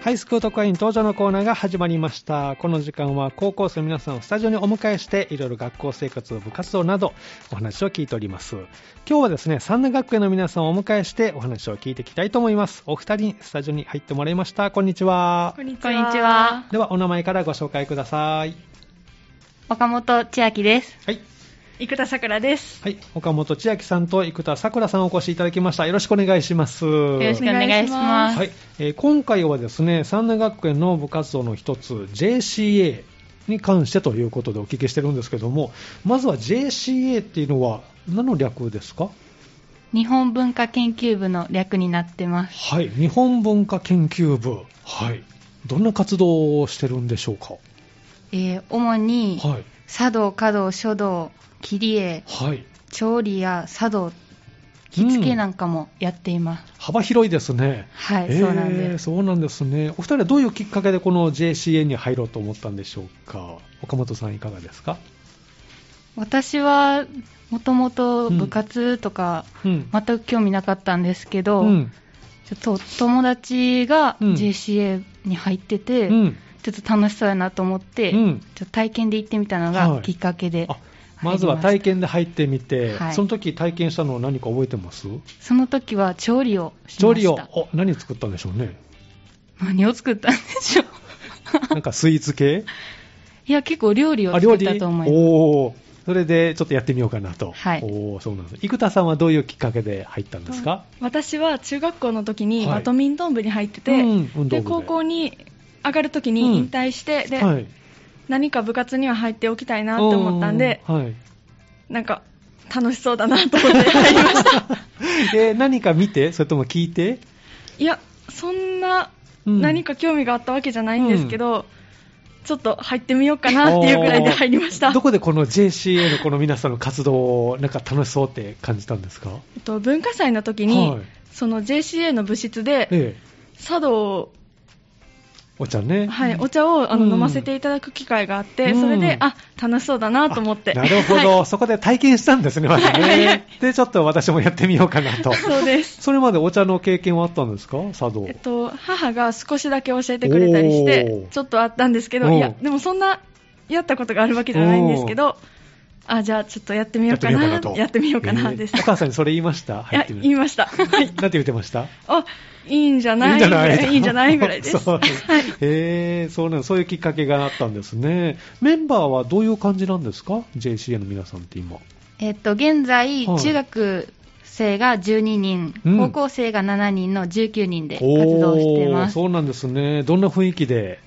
ハイスクート会員登場のコーナーが始まりました。この時間は高校生の皆さんをスタジオにお迎えして、いろいろ学校生活、部活動などお話を聞いております。今日はですね、三田学園の皆さんをお迎えしてお話を聞いていきたいと思います。お二人にスタジオに入ってもらいました。こんにちは。こんにこんにちは。では、お名前からご紹介ください。岡本千秋です。はい。生田さくらです。はい。岡本千秋さんと生田さくらさんをお越しいただきました。よろしくお願いします。よよろしくお願いします。はいえー今回はですね三大学園の部活動の一つ JCA に関してということでお聞きしてるんですけどもまずは JCA っていうのは何の略ですか日本文化研究部の略になってます。はい日本文化研究部はいどんな活動をしてるんでしょうかえー主に、はい茶道、華道、書道、切り絵、はい調理や茶道、着付けなんかもやっています。幅広いですねはい、えーそうなんです。そうなんですねお二人はどういうきっかけでこの JCA に入ろうと思ったんでしょうか岡本さんいかがですか私は、もともと部活とか、うん全く興味なかったんですけど、うんちょっと友達がうん JCA に入ってて、うんちょっと楽しそうやなと思って、うんちょっと体験で行ってみたのはいがきっかけで、あまずは体験で入ってみて、はいその時体験したのは何か覚えてますその時は調理をし調ました理を、お何作ったんでしょう ね。何を作ったんで しょうなんかスイーツ系いや結構料理を作ったと思いますおーそれでちょっとやってみようかなと。はいおーそうなんです。生田さんはどういうきっかけで入ったんですか、私は中学校の時はにいバドミントン部に入ってて、うん運動部でで高校に上がる時うんに引退して、ではい。何か部活には入っておきたいなと思ったんで、おーはい。なんか楽しそうだなと思って入 りました。えー何か見てそれとも聞いていや、そんなうん何か興味があったわけじゃないんですけど、ちょっと入ってみようかなっていうぐらいで入りましたおーど。こでこの JCA のこの皆さんの活動をなんか楽しそうって感じたんですかえっと文化祭の時に、はいその JCA の部室えでえ茶道お茶ね。はい、お茶をあの、うん飲ませていただく機会があって、うんそれで、あ楽しそうだなと思って、あなるほはいど、そこで体験したんですね、まずね。で、ちょっと私もやってみようかな と。そうです、それまでお茶の経験はあったんですか茶道。えっと、母が少しだけ教えてくれたりしおてー、ちょっとあったんですけど、うんいや、でもそんなやったことがあるわけじゃないんですけど、あじゃあ、ちょっとやってみようかな、やってみようかな です。えーお母さんにそれ言いましたい入やってみる言いました、はい、なんて言ってましたあいいんじゃないいいんじゃないぐらいです。そうですはいへーそうなんそういうきっかけがあったんですね。メンバーはどういう感じなんですか ?JCA の皆さんって今。えっと現在、はい中学生が12人、うん高校生が7人の19人で活動していますそうなんですね。どんな雰囲気で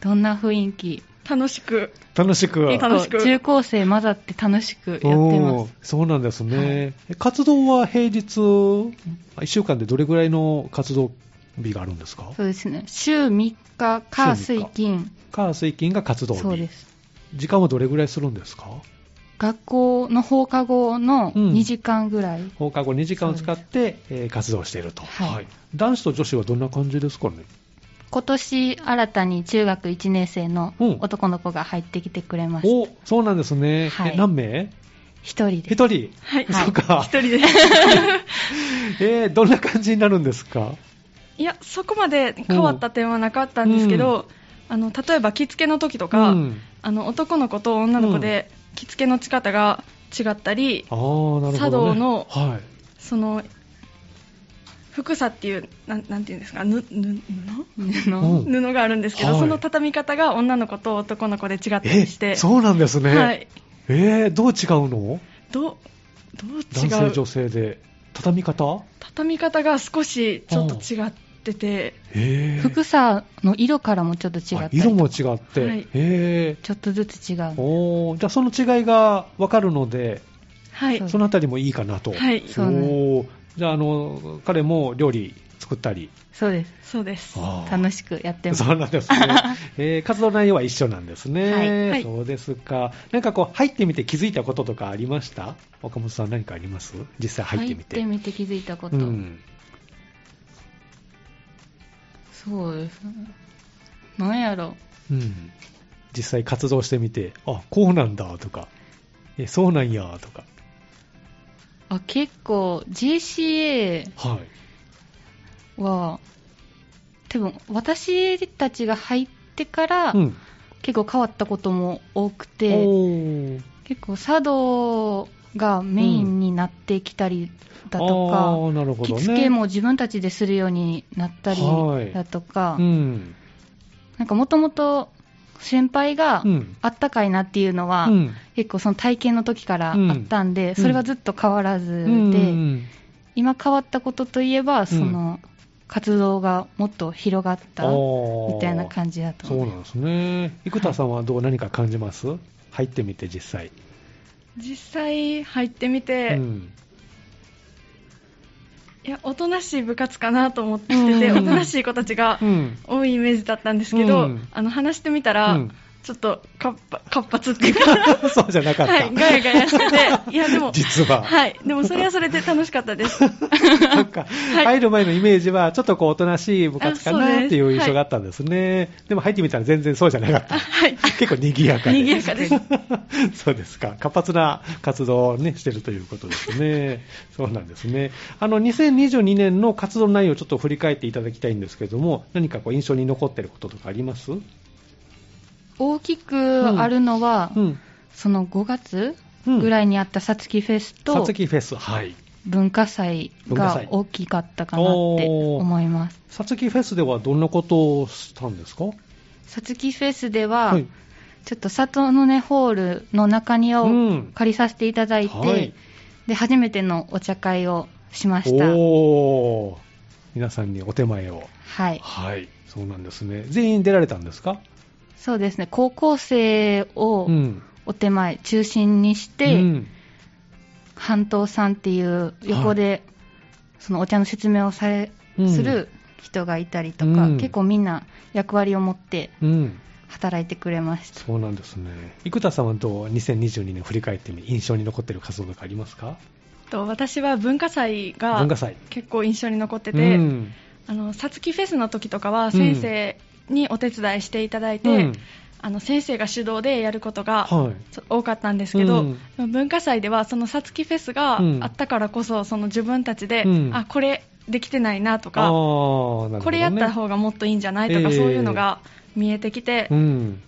どんな雰囲気楽しく楽しく。え楽しく結構中高生混ざって楽しくやってまおーすそうなんですね、活動は平日、1週間でどれぐらいの活動日があるんですかそうですね週3日火週三水日金火、水、金が活動日そうです時間はどれぐらいするんですか学校の放課後のうん2時間ぐらい、放課後2時間を使って、えー活動していると、はい男子と女子はどんな感じですかね、今年新たに中学1年生のうん男の子が入ってきてくれました。おそうなんですね、はいえ何名一人 ?1 で。人、はいそうか一人でえーどんな感じになるんですか、いやそこまで変わった点はなかったんですけど、あの例えば着付けの時とか、うんあの男の子と女の子で着付けの仕方が違ったり、あーなるほどね、茶道のはい、その服さっていうなんなんていうんですかぬぬうんの布布があるんですけど、はいその畳み方が女の子と男の子で違ったえりして、そうなんですね、はい、えーどう違うのどうどう男性違女う性で畳み方畳み方が少しちょっと違ってて、へー服さの色からもちょっと違ったあり色ともか違って、はいへちょっとずつ違うー。おーじゃあその違いが分かるので、はいそうそのあたりもいいかなと、はいそうなんですおーじゃああの彼も料理作ったりそうです。そうです楽しくやってます。そうなんです ね、えー活動内容は一緒なんですね、はいはいそうですかなんかこう入ってみて気づいたこととかありました岡本さん何かあります実際入ってみて入って気づいたこと。うん、そうですね。なんやろ。うん、実際活動してみてあこうなんだとかえそうなんやとかあ、結構 JCA はいは、多分私たちが入ってから、うん、結構変わったことも多くおて、ー結構茶道がメインになってきたりだとあか、ーなるほどね着付けも自分たちでするようになったりはいだとか、うんなんかもともと先輩がうんあったかいなっていうのは、うん結構その体験の時からあったんで、んそれがずっと変わらずで、うん今変わったことといえば、その活動がもっと広がったみたいなじ感じだとそう思いなんます。ですね生田さんはどう何か感じます入ってみて実際、実際入ってみて、うんいやおとなしい部活かなと思ってて、うんおとなしい子たちがうん多いイメージだったんですけど、うんあの話してみたら、うんちょっと活発活発っていうかそうじゃなかった、はい、ガヤガヤしてて、いやでも、 実は、はい、でもそれはそれで楽しかった です。なんか入る前のイメージはちょっとこうおとなしい部活かあそうでなすっていう印象があったんですね、でも入ってみたら全然そうじゃなかったはい、結構賑やかで賑やかです。 そうですか。活発な活動をね、してるということですね。そうなんですね。あの、2022年の活動内容をちょっと振り返っていただきたいんですけれども、何かこう印象に残ってることとかありますうん。大きくあるのは、その5月うんぐらいにあったさつきフェスさとつきフェス。はい。文化祭文化が祭大きかったかなって思います。さつきフェスではどんなことをしたんですかさつきフェスでは、はい。ちょっと里の根ホールの中庭をん。借りさせていただいて、はいで初めてのお茶会をしました。おー。皆さんにお手前を。はい、はい。そうなんですね。全員出られたんですかそうですね。高校生をん。お手前中心にして、うん半島さんっていう横で、そのお茶の説明をされ、うんする人がいたりとうか、ん結構みんな役割を持ってうん。働いてくれました。そうなんですね。生田さんはどう2022年振り返ってみ印象に残っている活動とかありますかと私は文化祭が文化祭。結構印象に残ってて、うんあのさつきフェスの時とかは先生にお手伝いしていただいて、うんあの先生が主導でやることがはい。そ多かったんですけど、うんでも文化祭ではそのさつきフェスがうんあったからこそ、その自分たちで、うんあこれできてないなとああか、ー、なるほど、ね。これやった方がもっといいんじゃないとか、ええそういうのが見えてきて、うん。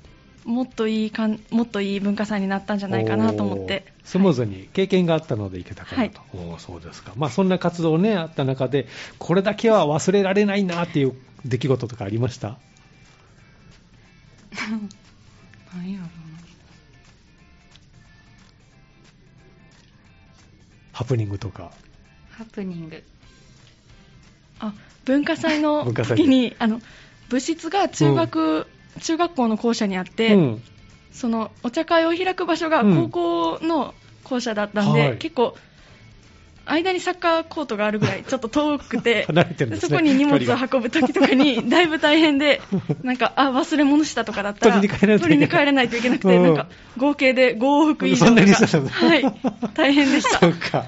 もっといいかんもっといい文化祭になったんじゃないかなと思っておースムーズに経験があったのでいけたかなと、はおーそうですか、まあ、そんな活動ねあった中で、これだけは忘れられないなっていう出来事とかありましたハプニングとか、ハプニング。あ文化祭の文化祭時にあの部室が中学、中学校の校舎にあって、うん、そのお茶会を開く場所がうん高校の校舎だったんで、はい結構間にサッカーコートがある ぐらいちょっと遠くて離れてるんですねそこに荷物を距離運ぶ時とかにだいぶ大 変でなんかあ忘れ物したとかだったら取りに帰らないといけない取りに帰らないといけなくて、うんなんか合計で5往復以上そんなにしたとのか はい大変で しそたうか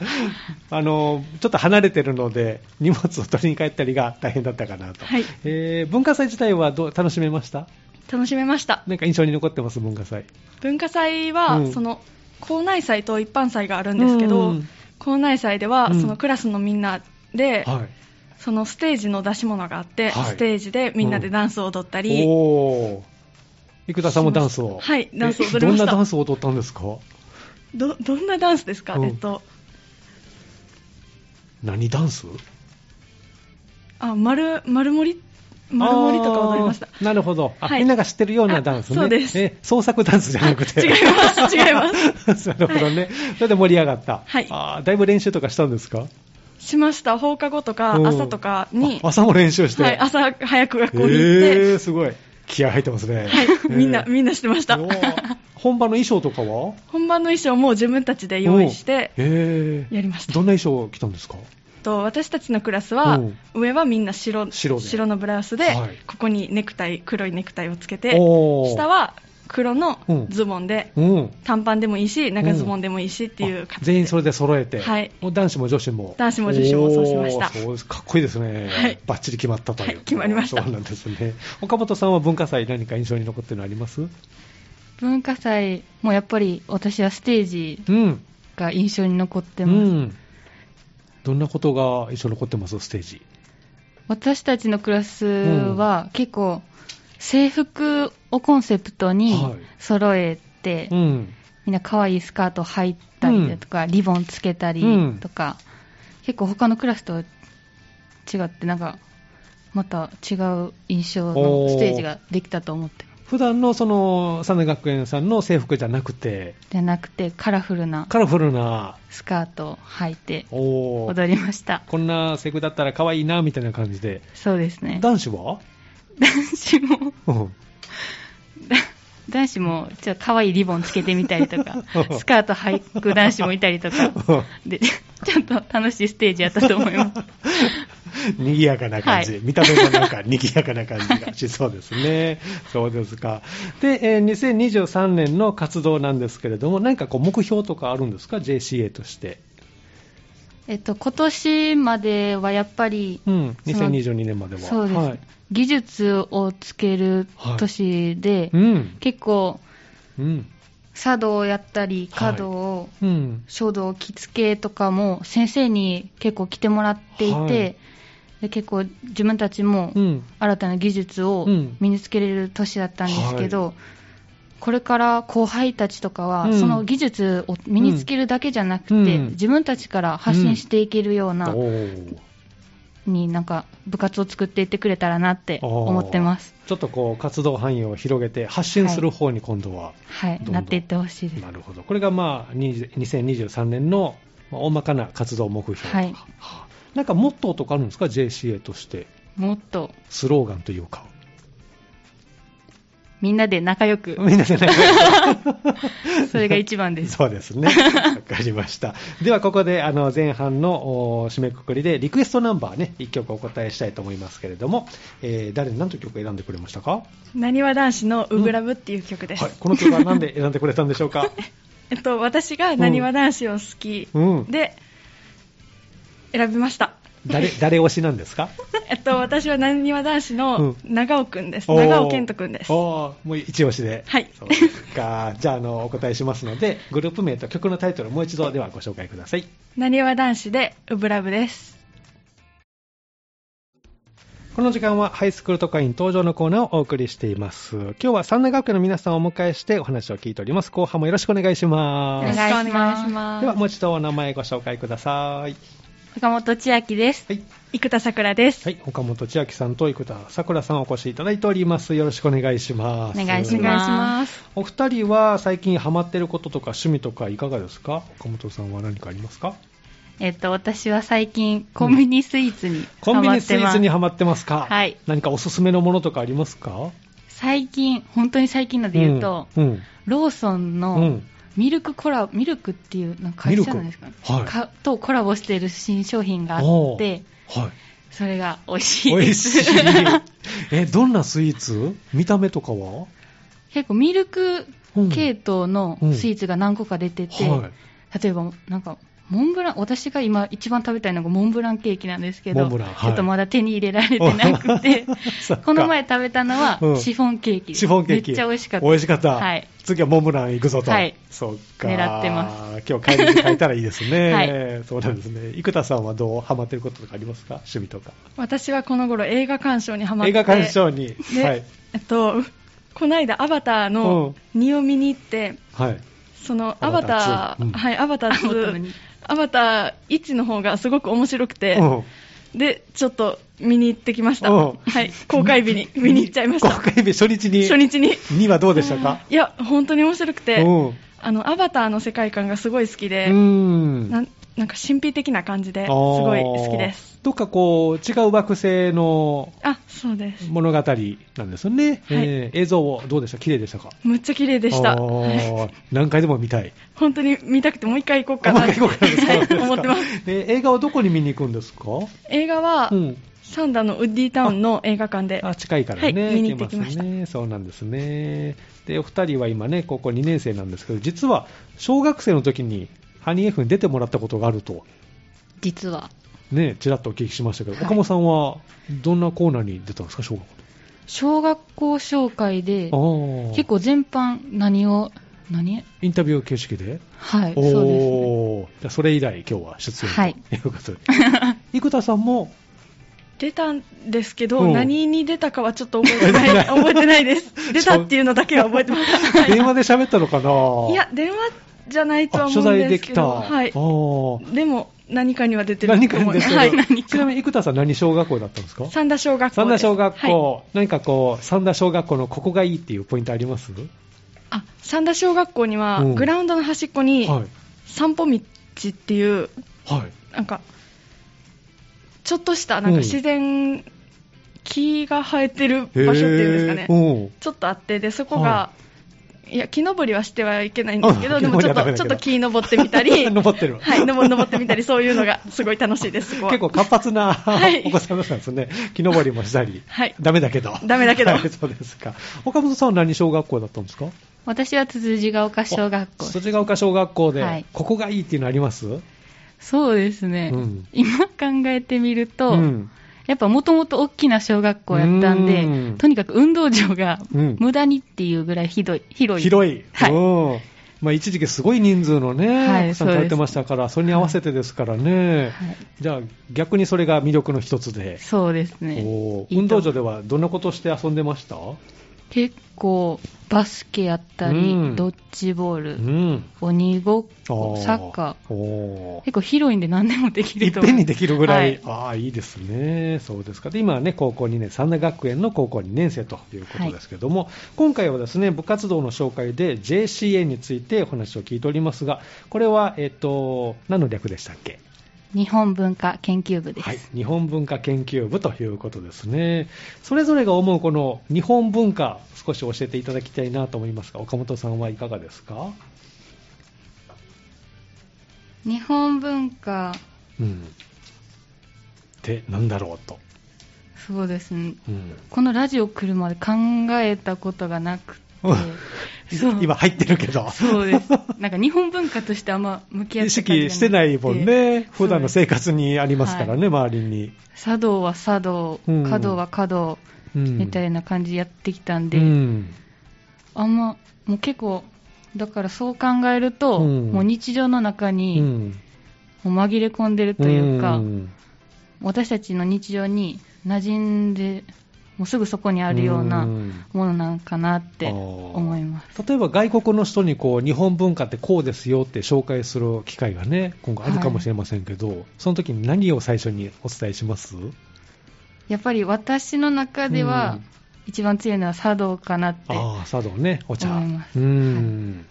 あのちょっと離れてるので荷物を取りに帰ったりが大変だったかなと、はいえー文化祭自体はどう楽しめました楽しめましたなんか印象に残ってます文化祭文化祭は、うんその校内祭と一般祭があるんですけど、うん校内祭では、うんそのクラスのみんなで、はそのステージの出し物があって、はいステージでみんなでダンスを踊ったいり、おー生田さんもダンスをはいダンスを踊りましたえどんなダンスを踊ったんですかどどんなダンスですか、うんえっと何ダンスあ丸丸盛り丸盛りとか踊りましたあーなるほど、あはいみんなが知ってるようなダンスねあそうですえ創作ダンスじゃなくて違います違います なるほどね、それで盛り上がった、はいあーだいぶ練習とかしたんですかすしました放課後とかうん朝とかにあ、朝も練習して、はい、朝早く学校に行って、えー、すごい気合入ってますね、はいみんなみんんなしてました本場の衣装とかは 本番の衣装も自分たちで用意しておうえーやりましたどんな衣装を着たんですかと私たちのクラスはうん上はみんな白白でのブラウスで、はいここにネクタイ黒いネクタイをつけておー下は黒のうんズボンで、うん短パンでもいいし長ズボンでもいいしっていうあ形で全員それで揃えて、はいもう男子も女子も男子も女子もそうしましたおーそうですかっこいいですね、はいバッチリ決まったという、はい決まりましたそうなんですね岡本さんは文化祭何か印象に残ってるのあります文化祭もやっぱり私はステージうんが印象に残ってうます。んどんなことが印象に残ってますステージ私たちのクラスは結構制服をコンセプトにはい揃えて、うん。みんな可愛いスカート履いたりだとか、リボンつけたりとか、結構他のクラスと違ってなんかまた違う印象のステージができたと思ってます普段のその、三田学園さんの制服じゃなくて、じゃなくてカラフルなカラフルな、スカートを履いておー踊りましたこんな制服だったら可愛いな、みたいな感じで。そうですね男子は 男子もうん 男子もちょっと可愛いリボンつけてみたりと かスカート履く男子もいたりとかで ちょっと楽しいステージやったと思います賑やかな感じ、はい見た目もなんか 賑やかな感じがしそうですね。そうですか。で、えー2023年の活動なんですけれども、何かこう目標とかあるんですか ?JCA として。 えっと今年まではやっぱりうん、その2022年までは。そうです、はい。技術をつける年で、うん。結構うん。茶道をやったりはい華道を、うん。書道着付けとかも先生に結構来てもらっていて、はいで結構自分たちもうん。新たな技術をうん身につけれる年だったんですけど、はこれから後輩たちとかは、うんその技術を身につけるだけじゃなくて、うん自分たちから発信していけるような、おーになんか部活を作っていってくれたらなって思ってます。ちょっとこう活動範囲を広げて発信する方に今度は、はい、どんどんなっていってほしいです。なるほどこれがまあ20 2023年のまあ大まかな活動目標とか、ははいあなんかモットーとかあるんですか JCA としてもっとスローガンというかみんなで仲良く、みんなでねそれが一番です。 そうですねわかりましたではここであの前半のお締めくくりでリクエストナンバーね1曲お答えしたいと思いますけれども、えー誰に何という曲を選んでくれましたかなにわ男子の「うぐらぶ」っていう曲です、はい、この曲は何で選んでくれたんでしょうか えっと、私がなにわ男子を好きうんで、選びました誰誰推しなんですかえっと、私はなにわ男子の長尾くんです、おー長尾健人くんですおーもう一押しで。はいそうですか。 じゃあ、あの、お答えしますので、グループ名と曲のタイトルをもう一度ではご紹介ください。なにわ男子で「うぶらぶ」ですこの時間はハイスクール特派員登場のコーナーをお送りしています。今日は三大学園の皆さんをお迎えしてお話を聞いております。後半もよろ しくお願いしおます。願いしよろしくお願いしまます。ですは、もう一度お名前ご紹介ください。坂本千秋です。はい。生田さくらです、はい。岡本千秋さんと生田さくらさんお越しいただいております。よろしくお願いします。お願いしお願いましますお二人は最近ハマってることとか趣味とかいかがですか岡本さんは何かありますかえっと、私は最近コンビニスイーツにコハンビマニっスてイーます。ツにハマってますかはい何かおすすめのものとかありますか最近、本当に最近ので言うと、うんうんローソンうのんミルクコラミルクっていうなんか会社なんですか,、ミルクはいかとコラボしている新商品があって、はそれが美味しい。い美で味す。しい。え、どんなスイーツ見た目とかは結構ミルク系統のうんスイーツが何個か出てて、は例えばなんかモンブラン私が今一番食べたいのがモンブランケーキなんですけモどンブちランはいょっとまだ手に入れられてなくてい。 そっかこの前、食べたのはうんシフォンケーキですシフォンケーキ。めっちゃ美味しかった美味しかった。はい次はモンブラン行くぞと。はいそっか。。狙ってます今日帰りに変えたらいいですね。 はそうなんですね。生田さんはどうハマってることとかありますか趣味とか。私はこの頃映画鑑賞にハマって映画鑑賞に。で、はい。えっとこの間アバターの2を見に行ってはい。そのアアババタターー2うんはいアバターアバター2 2アバター1の方がすごく面白くて、うんでちょっと見に行ってきました、うんはい、公開日に見に行っちゃいました公開日初日に。初日に2はどうでしたかいや本当に面白くて、うんあのアバターの世界観がすごい好きで、うんなんなんか神秘的な感じですあーごい好きです。どっかこう、違う惑星のあそうです物語なんですよね。はいえー映像をどうでした綺麗でしたかむっちゃ綺麗でしたあーはい何回でも見たい。本当に見たくてもう一回行こうかあなもう一回行こうかな そうですはいか思ってますえー映画をどこに見に行くんですか映画は、うん。サンダーのウッディタウンの映画館であ、近いからはいね。見に行ってきました行けすね。そうなんですね。で、お二人は今ね、高校2年生なんですけど、実は小学生の時にハニー F に出てもらったことがあると、実はね、ちらっとお聞きしましたけど、はい岡本さんはどんなコーナーに出たんですか、小学校小学校紹介での時。結構全般何を何インタビュー形式ではいそおうですねーじゃあそれ以来今日は出演 はいということで、生田さんも出たんですけど、何に出たかはちょっと覚え てない、覚えてないです。出たっていうのだけは覚えてます。はい電話で喋ったのかないや、電話じゃないとはあ思取うん材でですきけた。ど、はい。おーでも、何かには出てる何とか思にでいますす。けど、はい。ちなみに生田さん何小学校だったんですか三田小学校です。三田小学はい校、何かこう、三田小学校のここがいいっていうポイントありますあ三田小学校には、うんグラウンドの端っこに、はい。散歩道っていう、はい。なんか、ちょっとした、なんか自然、木が生えてる場所っていうんですかね。おうちょっとあって、で、そこはいが、いや、木登りはしてはいけないんですけうど、んでもちょ木登っりはダメだけどと、ちょっと木登って みたり、登 ってる。はい、登登ってみたり、そういうのがすごい楽しいです、そこは。結構活発な、はいお子さんだったんですね。木登りもしたり。はい。ダメだけど。ダメだけどはいそうですか。岡本さんは何小学校だったんですか私は辻地が丘小学校。辻ヶ丘小学校で、はいここがいいっていうのありますそうですね。うん今考えてみると、うんやっぱもともと大きな小学校やったんで、うんとにかく運動場がうん無駄にっていうぐらいひどい、広い。広い。はいうんまあ、一時期すごい人数のね、はいお子さん通ってましたから、それに合わせてですからね。はいじゃあ、逆にそれが魅力の一つで。そうですね。おーいいと運動場ではどんなことして遊んでました結構、バスケやったり、うんドッジボーうル、ん。鬼ごっあこ、サッカー。おー。ー結構広いんで何でもできいっると思う。ぺんにできるぐらい、はああ、いいですね、そうですか、で今はね、高校2年、三田学園の高校2年生ということですけども、今回はですね部活動の紹介で JCA についてお話を聞いておりますが、これは、えっと、何の略でしたっけ、日本文化研究部です。はい、日本文化研究部ということですね、それぞれが思うこの日本文化、少し教えていただきたいなと思いますが、岡本さんはいかがですか。日本文化、うん、って、なんだろうと。そうですね。うんこのラジオ来るまで考えたことがなくて、そう今入ってるけど。そうです。なんか日本文化としてあんま向き合っ意て感じが識してないもんね、普段の生活にありますからね、周りに。茶道は茶道、うん華道は華道うんみたいな感じでやってきたんで、うんあんま、もう結構、だからそう考えると、うんもう日常の中うに、もんう紛れ込んでるというか、ん私たちの日常に馴染んで、もうすぐそこにあるようなうんものなんかなって思います。例えば外国の人にこう日本文化ってこうですよって紹介する機会がね、今後あるかもしれませんけど、その時に何を最初にお伝えしますやっぱり私の中でうはん、一番強いのは茶道かなって、ああ、茶道ね、お茶。思いますうん、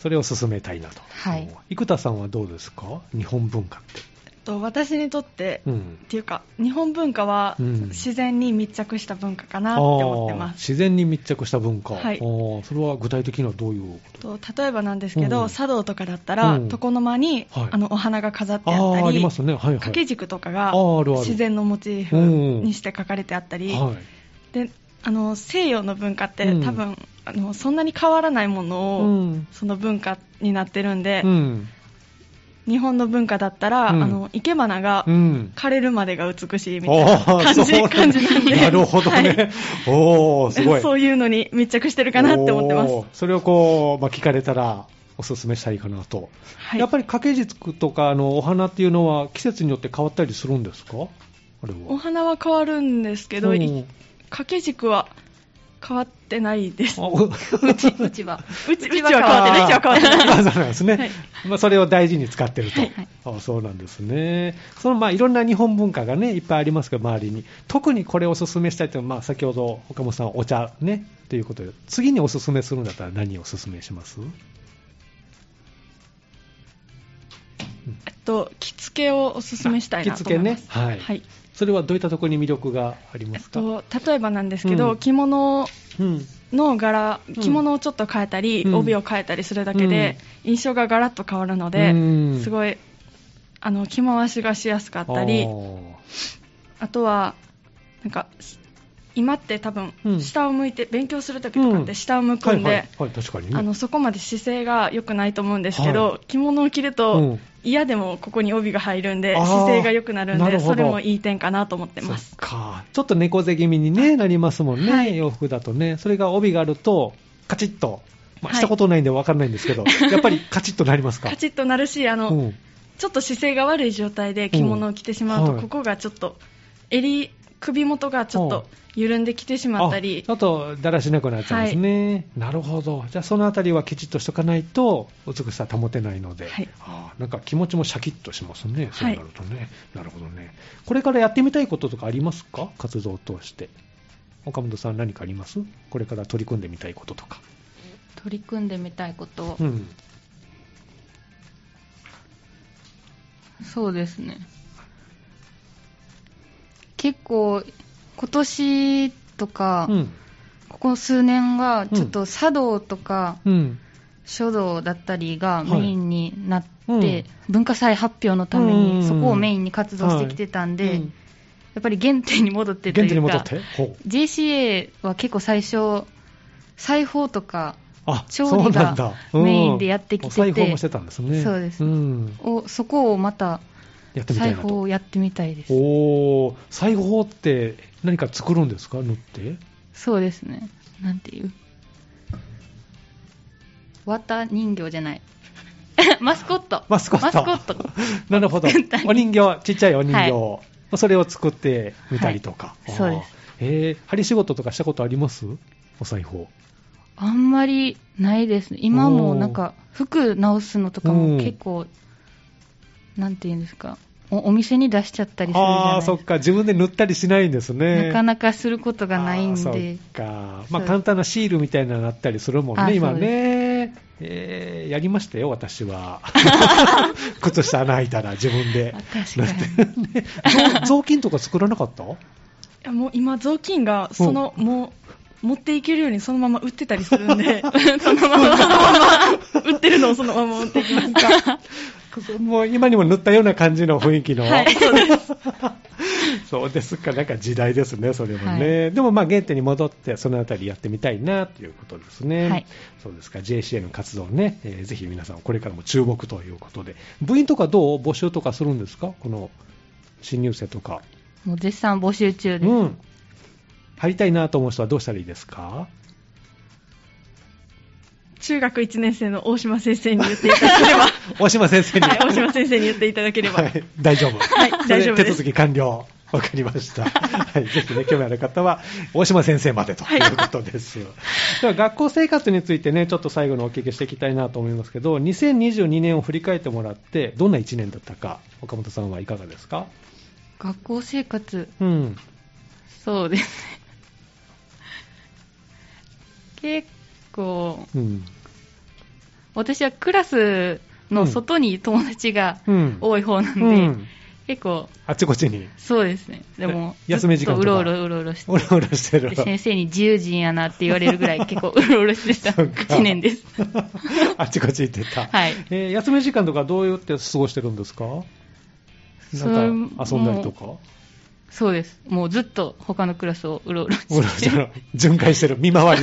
それを進めたいなと。はい生田さんはどうですか日本文化って。えっと私にとって、うんっていうか、日本文化は、うん自然に密着した文化かなって思ってまあーす。自然に密着した文化、はいあーそれは具体的にはどういうことと例えばなんですけど、うん茶道とかだったら、うん床の間に、はいあのお花が飾ってあっあたーありりますね、はいはい、掛け軸とかあがーあるある自然のモチーフにして書かれてあったり、はいであの西洋の文化って、うん多分あのそんなに変わらないものを、うんその文化になってるんで、うん日本の文化だったら、うんあの生け花がうん枯れるまでが美しいみたいなあー感そうじなんだ感じなんでなるほどね、はいおおすごいそういうのに密着してるかなって思ってますおーそれをこう、まあ、聞かれたらおすすめしたいかなと、はいやっぱり掛け軸とかあのお花っていうのは季節によって変わったりするんですかあれはお花は変わるんですけど、うんい掛け軸は変わってないですあお うち、うちは。うちうちは変わってない、うちは変わってない。あー そうなんですね。はいまあ、それを大事に使ってると。はいはいあーそうなんですね。その、まあ、いろんな日本文化がね、いっぱいありますけど、周りに。特にこれをお勧めしたいというのは、まあ、先ほど岡本さんお茶ね、ということで、次にお勧めするんだったら何をお勧めします えっと、着付けをおすすめしたいなと思います。着付けねはいはい。それはどういったところに魅力がありまえっすか、と、例えばなんですけど、うん着物うん。の柄、ん着物をちょっと変えたり、うん帯を変えたりするだけで、印象がガラッと変わるので、うんすごい、あの、着回しがしやすかったり、ああーとは、なんか、今って多分う、ん下を向いて、勉強するときとかうっんて下を向くんで、はいはい、はい、確かにね。あのそこまで姿勢が良くないと思うんですけど、は着物を着るうんと嫌でもここに帯が入るんであー姿勢が良くなるんなるでほどそれもいい点かなと思ってまそすっか。ちょっと猫背気味に、ね、なりますもんね、はい洋服だとね。それが帯があると、カチッと。まあ、はいしたことないんで分かんないんです けど、やっぱりカチッとなりますかカチッとなるしあの、うんちょっと姿勢が悪い状態で着物を着てしまうと、うんはいここがちょっと襟首元がちょっと緩んできてしまったりあちょっとだらしなくなっちゃうんですね、なるほどじゃあそのあたりはきちっとしとかないと美しさ保てないので、はいあーなんか気持ちもシャキッとしますねそうはないるとね、なるほどねこれからやってみたいこととかありますか活動を通して岡本さん何かありますこれから取り組んでみたいこととか取り組んでみたいこと、うんそうですね結構今年とか、うんここ数年はちょっと茶道とか、うん書道だったりがはいメインになって、うん文化祭発表のためうんにそこをメインに活動してきてたんで、はいうんやっぱり原点に戻ってと原い点にう戻かってほう JCA は結構最初裁縫とかあ調そう理なんがだメインでやってきててうんお裁縫もしてたんですねそうですん、をそこをまたやってみたい裁な縫とをやってみたいですおお裁縫って何か作るんですか縫ってそうですねなんていう綿人形じゃない マスコットマスコットトなるほど作ったりお人形ちっちゃいお人形、はいそれを作ってみたりとか、はいそうあですーえー、針仕事とかしたことありますお裁縫あんまりないですね今もなんか服直すのとかうんも結構なんていうんですかおお店に出しちゃったりするじゃあなあいーですかそっか自分で縫ったりしないんですねなかなかすることがないんあでーそっか、まあ、そう簡単なシールみたいなのあったりするもんあね、ー今そうでね、えーやりましたよ、私 は。 靴下穴開いたら自分であ。確かにね 雑雑巾とか作らなかったいやもう今雑巾がそのもう持っていけるようにそのまま売ってたりするん でそのままそのまま売ってるのをそのまま持ってきましたもう今にも塗ったような感じの雰囲気の。はいそうです そうですか、なんか時代ですね、それもね。でもまあ原点に戻って、そのあたりやってみたいなということですね。はいそうですか、JCA の活動ね、えーぜひ皆さんこれからも注目ということで、部員とかどう募集とかするんですかこの新入生とか。もう絶賛募集中です、うん。入りたいなと思う人はどうしたらいいですか中学1年生の大島先生に言っていただければ大島先生に。はい、大島先生に言っていただければ、はい、大丈夫。はいそれ大丈夫です手続き完了。わかりま した。はい、ぜひね、興味ある方は、大島先生までとはいいうことです。では、学校生活についてね、ちょっと最後のお聞きしていきたいなと思いますけど、2022年を振り返ってもらって、どんな1年だったか、岡本さんはいかがですか学校生活うん。そうですね結構うん。私はクラスの外に友達がうん。多い方なんで、うん結でもあちこちに、そうですねでもえ休み時間ずとっかとうろうろうろうろしておろおろしてる で。先生に自由人やなって言われるぐらい結構うろうろして たそっか1年です。あちこち行ってた。はいえー休み時間とかどうやって過ごしてるんですかそれなんか遊んだりとかそうですもうずっと他のクラスをうろうろうろしちょてろ巡回してる、見回 り。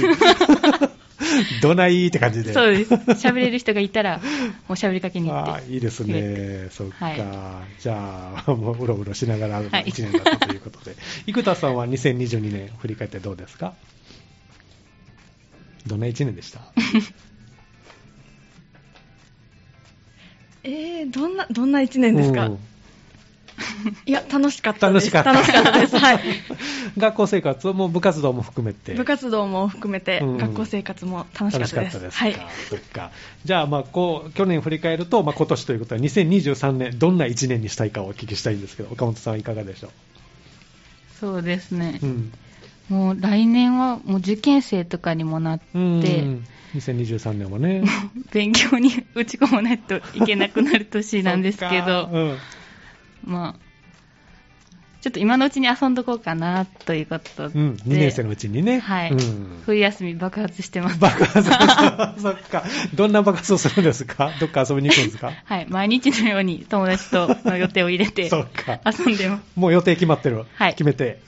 どないって感じで。そうです喋れる人がいたらもう喋りかけに行あっあていいですね、そっか、はいじゃあ、もううろうろしながらのはい1年だったということで、生田さんは2022年、振り返ってどうですか、どんな1年でしたえー、どんなどんな1年ですか、うんいや楽しかったです楽しかったです、 はい、学校生活も部活動も含めて、部活動も含めて、うん学校生活も楽しかったですかはい、そっかじゃあ、まあこう、去年振り返ると、まあ今年ということは、2023年、どんな1年にしたいかをお聞きしたいんですけど、岡本さん、いかがでしょそうですねう。うんもう来年はもう受験生とかにもなってうん2023年もね、勉強に打ち込まないといけなくなる年 なんですけそっかど、うんまあ、ちょっと今のうちに遊んどこうかなということで、うん、2年生のうちにね、はいうん、冬休み爆発してます。爆発、 そっか、どんな爆発をするんですか、どっか遊びに行くんです か、はい、毎日のように友達との予定を入れて そっか遊んでます。もう予定決まってる、はい決めて、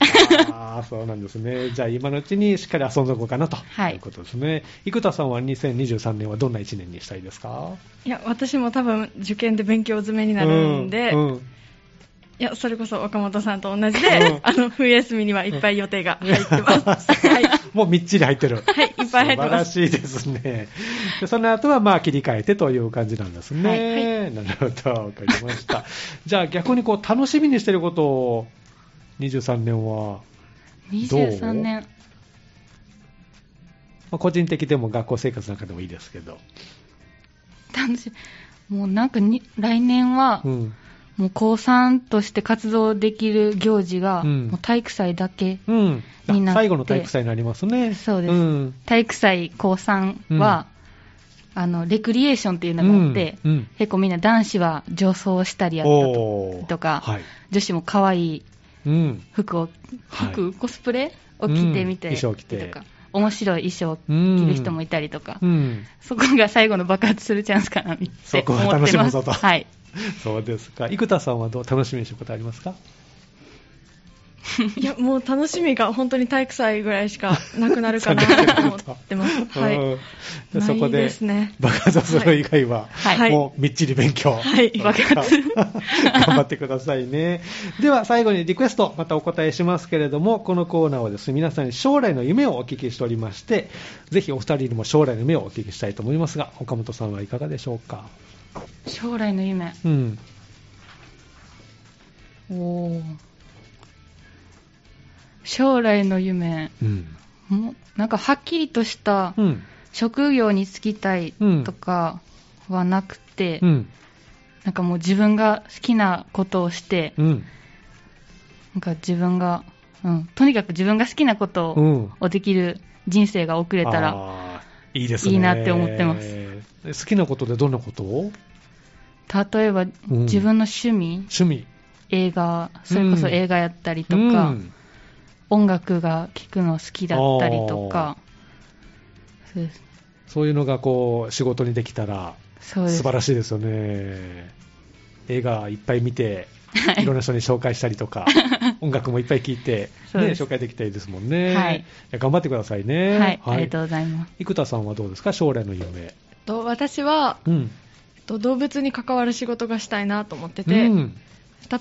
ああ、そうなんですね、じゃあ、今のうちにしっかり遊んどこうかなと、はいいうことですね、生田さんは2023年はどんな1年にしたいですかいや私も多分受験で勉強詰めになるんで、うんうんいやそれこそ岡本さんと同じうんで あの冬休みにはいっぱい予定が入ってます、はい、は もうみっちり入ってる。い、いっぱい入ってます素晴らしいですね。でその後はまあ切り替えてという感じなんですね。なるほど、わかりました。じゃあ逆にこう楽しみにしていることを23年は、 23年まあ、個人的でも学校生活の中でもいいですけど。楽しいもうなんかに来年は、うん。もう高3として活動できる行事が、うんもう体育祭だけ、うん。あになって最後の体育祭になりますね。そうですうん。体育祭高3は、あのレクリエーションっていうのがあって、うんうん結構みんな男子は女装したりやったとおーとかはい。女子も可愛いうん。服をはい服、コスプレを着てみたうん衣り装と着てか、面白い衣装を着る人もいたりとか、うん。そこが最後の爆発するチャンスかなって思ってます。そこは楽しむぞとはい。そうですか。生田さんはどう楽しみにしたことありますかいや、もう楽しみが本当に体育祭ぐらいしかなくなるかなそんなとこと思ってます。 はい。うんでないそこでですね爆発する以外は、はいはいもうみっちり勉強。はいそうですか 頑張ってくださいね。では最後にリクエスト、またお答えしますけれども、このコーナーはですね、皆さんに将来の夢をお聞きしておりまして、ぜひお二人にも将来の夢をお聞きしたいと思いますが、岡本さんはいかがでしょうか。将来の夢。うん。おー将来の夢。うん。もなんかはっきりとしたうん。職業に就きたいとかはなくて、うん。なんかもう自分が好きなことをして、うん。なんか自分が、うん、とにかく自分が好きなことを,、うんできる人生が送れたら、あー。いいですね。いいなって思ってますえ好きなことでどんなことを例えばん自分の趣味、趣味映画、それこそ映画やったりとか、うん音楽が聴くの好きだったりとか、そうですそういうのがこう仕事にできたらそうです素晴らしいですよね。映画いっぱい見て、いろんな人に紹介したりと か、音楽もいっぱい聴いて、そうね、です紹介できたりですもんね。はいや頑張ってくださいね。はい、ありがとうございます。生田さんはどうですか、将来の夢。と私は、うん。えっと動物に関わる仕事がしたいなと思ってて、うん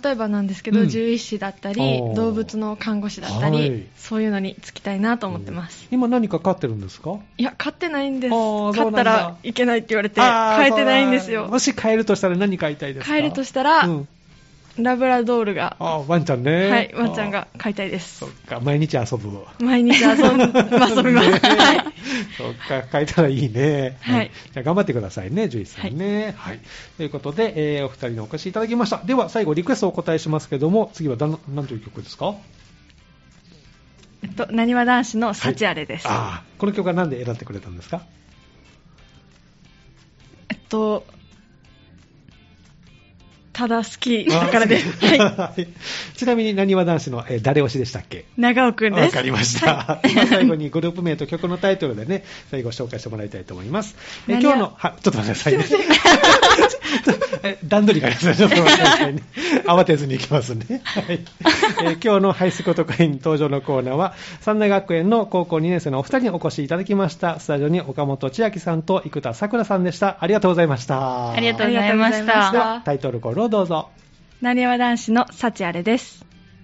例えばなんですけど、うん獣医師だったりおー動物の看護師だったり、はいそういうのに就きたいなと思ってます、今何か飼ってるんですかいや飼ってないんですおーそうな飼っんだたらいけないって言われてあー飼えてないんですよもし飼えるとしたら何飼いたいですか飼えるとしたら、うんラブラドールが、あーワンちゃんね。はいワンちゃんがあ飼いたいでー。すそっか、毎日遊ぶ。毎日遊 ん遊 びます、はいそっか、変えたらいいね。はいじゃあ頑張ってくださいね、獣医師さんね。はい。ということで、えーお二人にお越しいただきました。では、最後、リクエストをお答えしますけども、次はだん何という曲ですかえっとなにわ男子の幸あれです、ああ、この曲は何で選んでくれたんですかえっとただ好きだからです、は いはい。ちなみに、なにわ男子の、えー誰推しでしたっけ長尾くんですわかりました。 では最後にグループ名と曲のタイトルでね、最後紹介してもらいたいと思います。えー何を今日の、は、ちょっと待ってくださいね。 え段取りがありますね。ちょっと待ってくださいね。慌てずに行きますね。はい。えー今日のハイスコ特派員登場のコーナーは、三大学園の高校2年生のお二人にお越しいただきました。スタジオに岡本千秋さんと生田さくらさんでした。ありがとうございました。ありがとうございまありがとうございしましたた。タイトルコールをどうぞ。なにわ男子の幸あれです。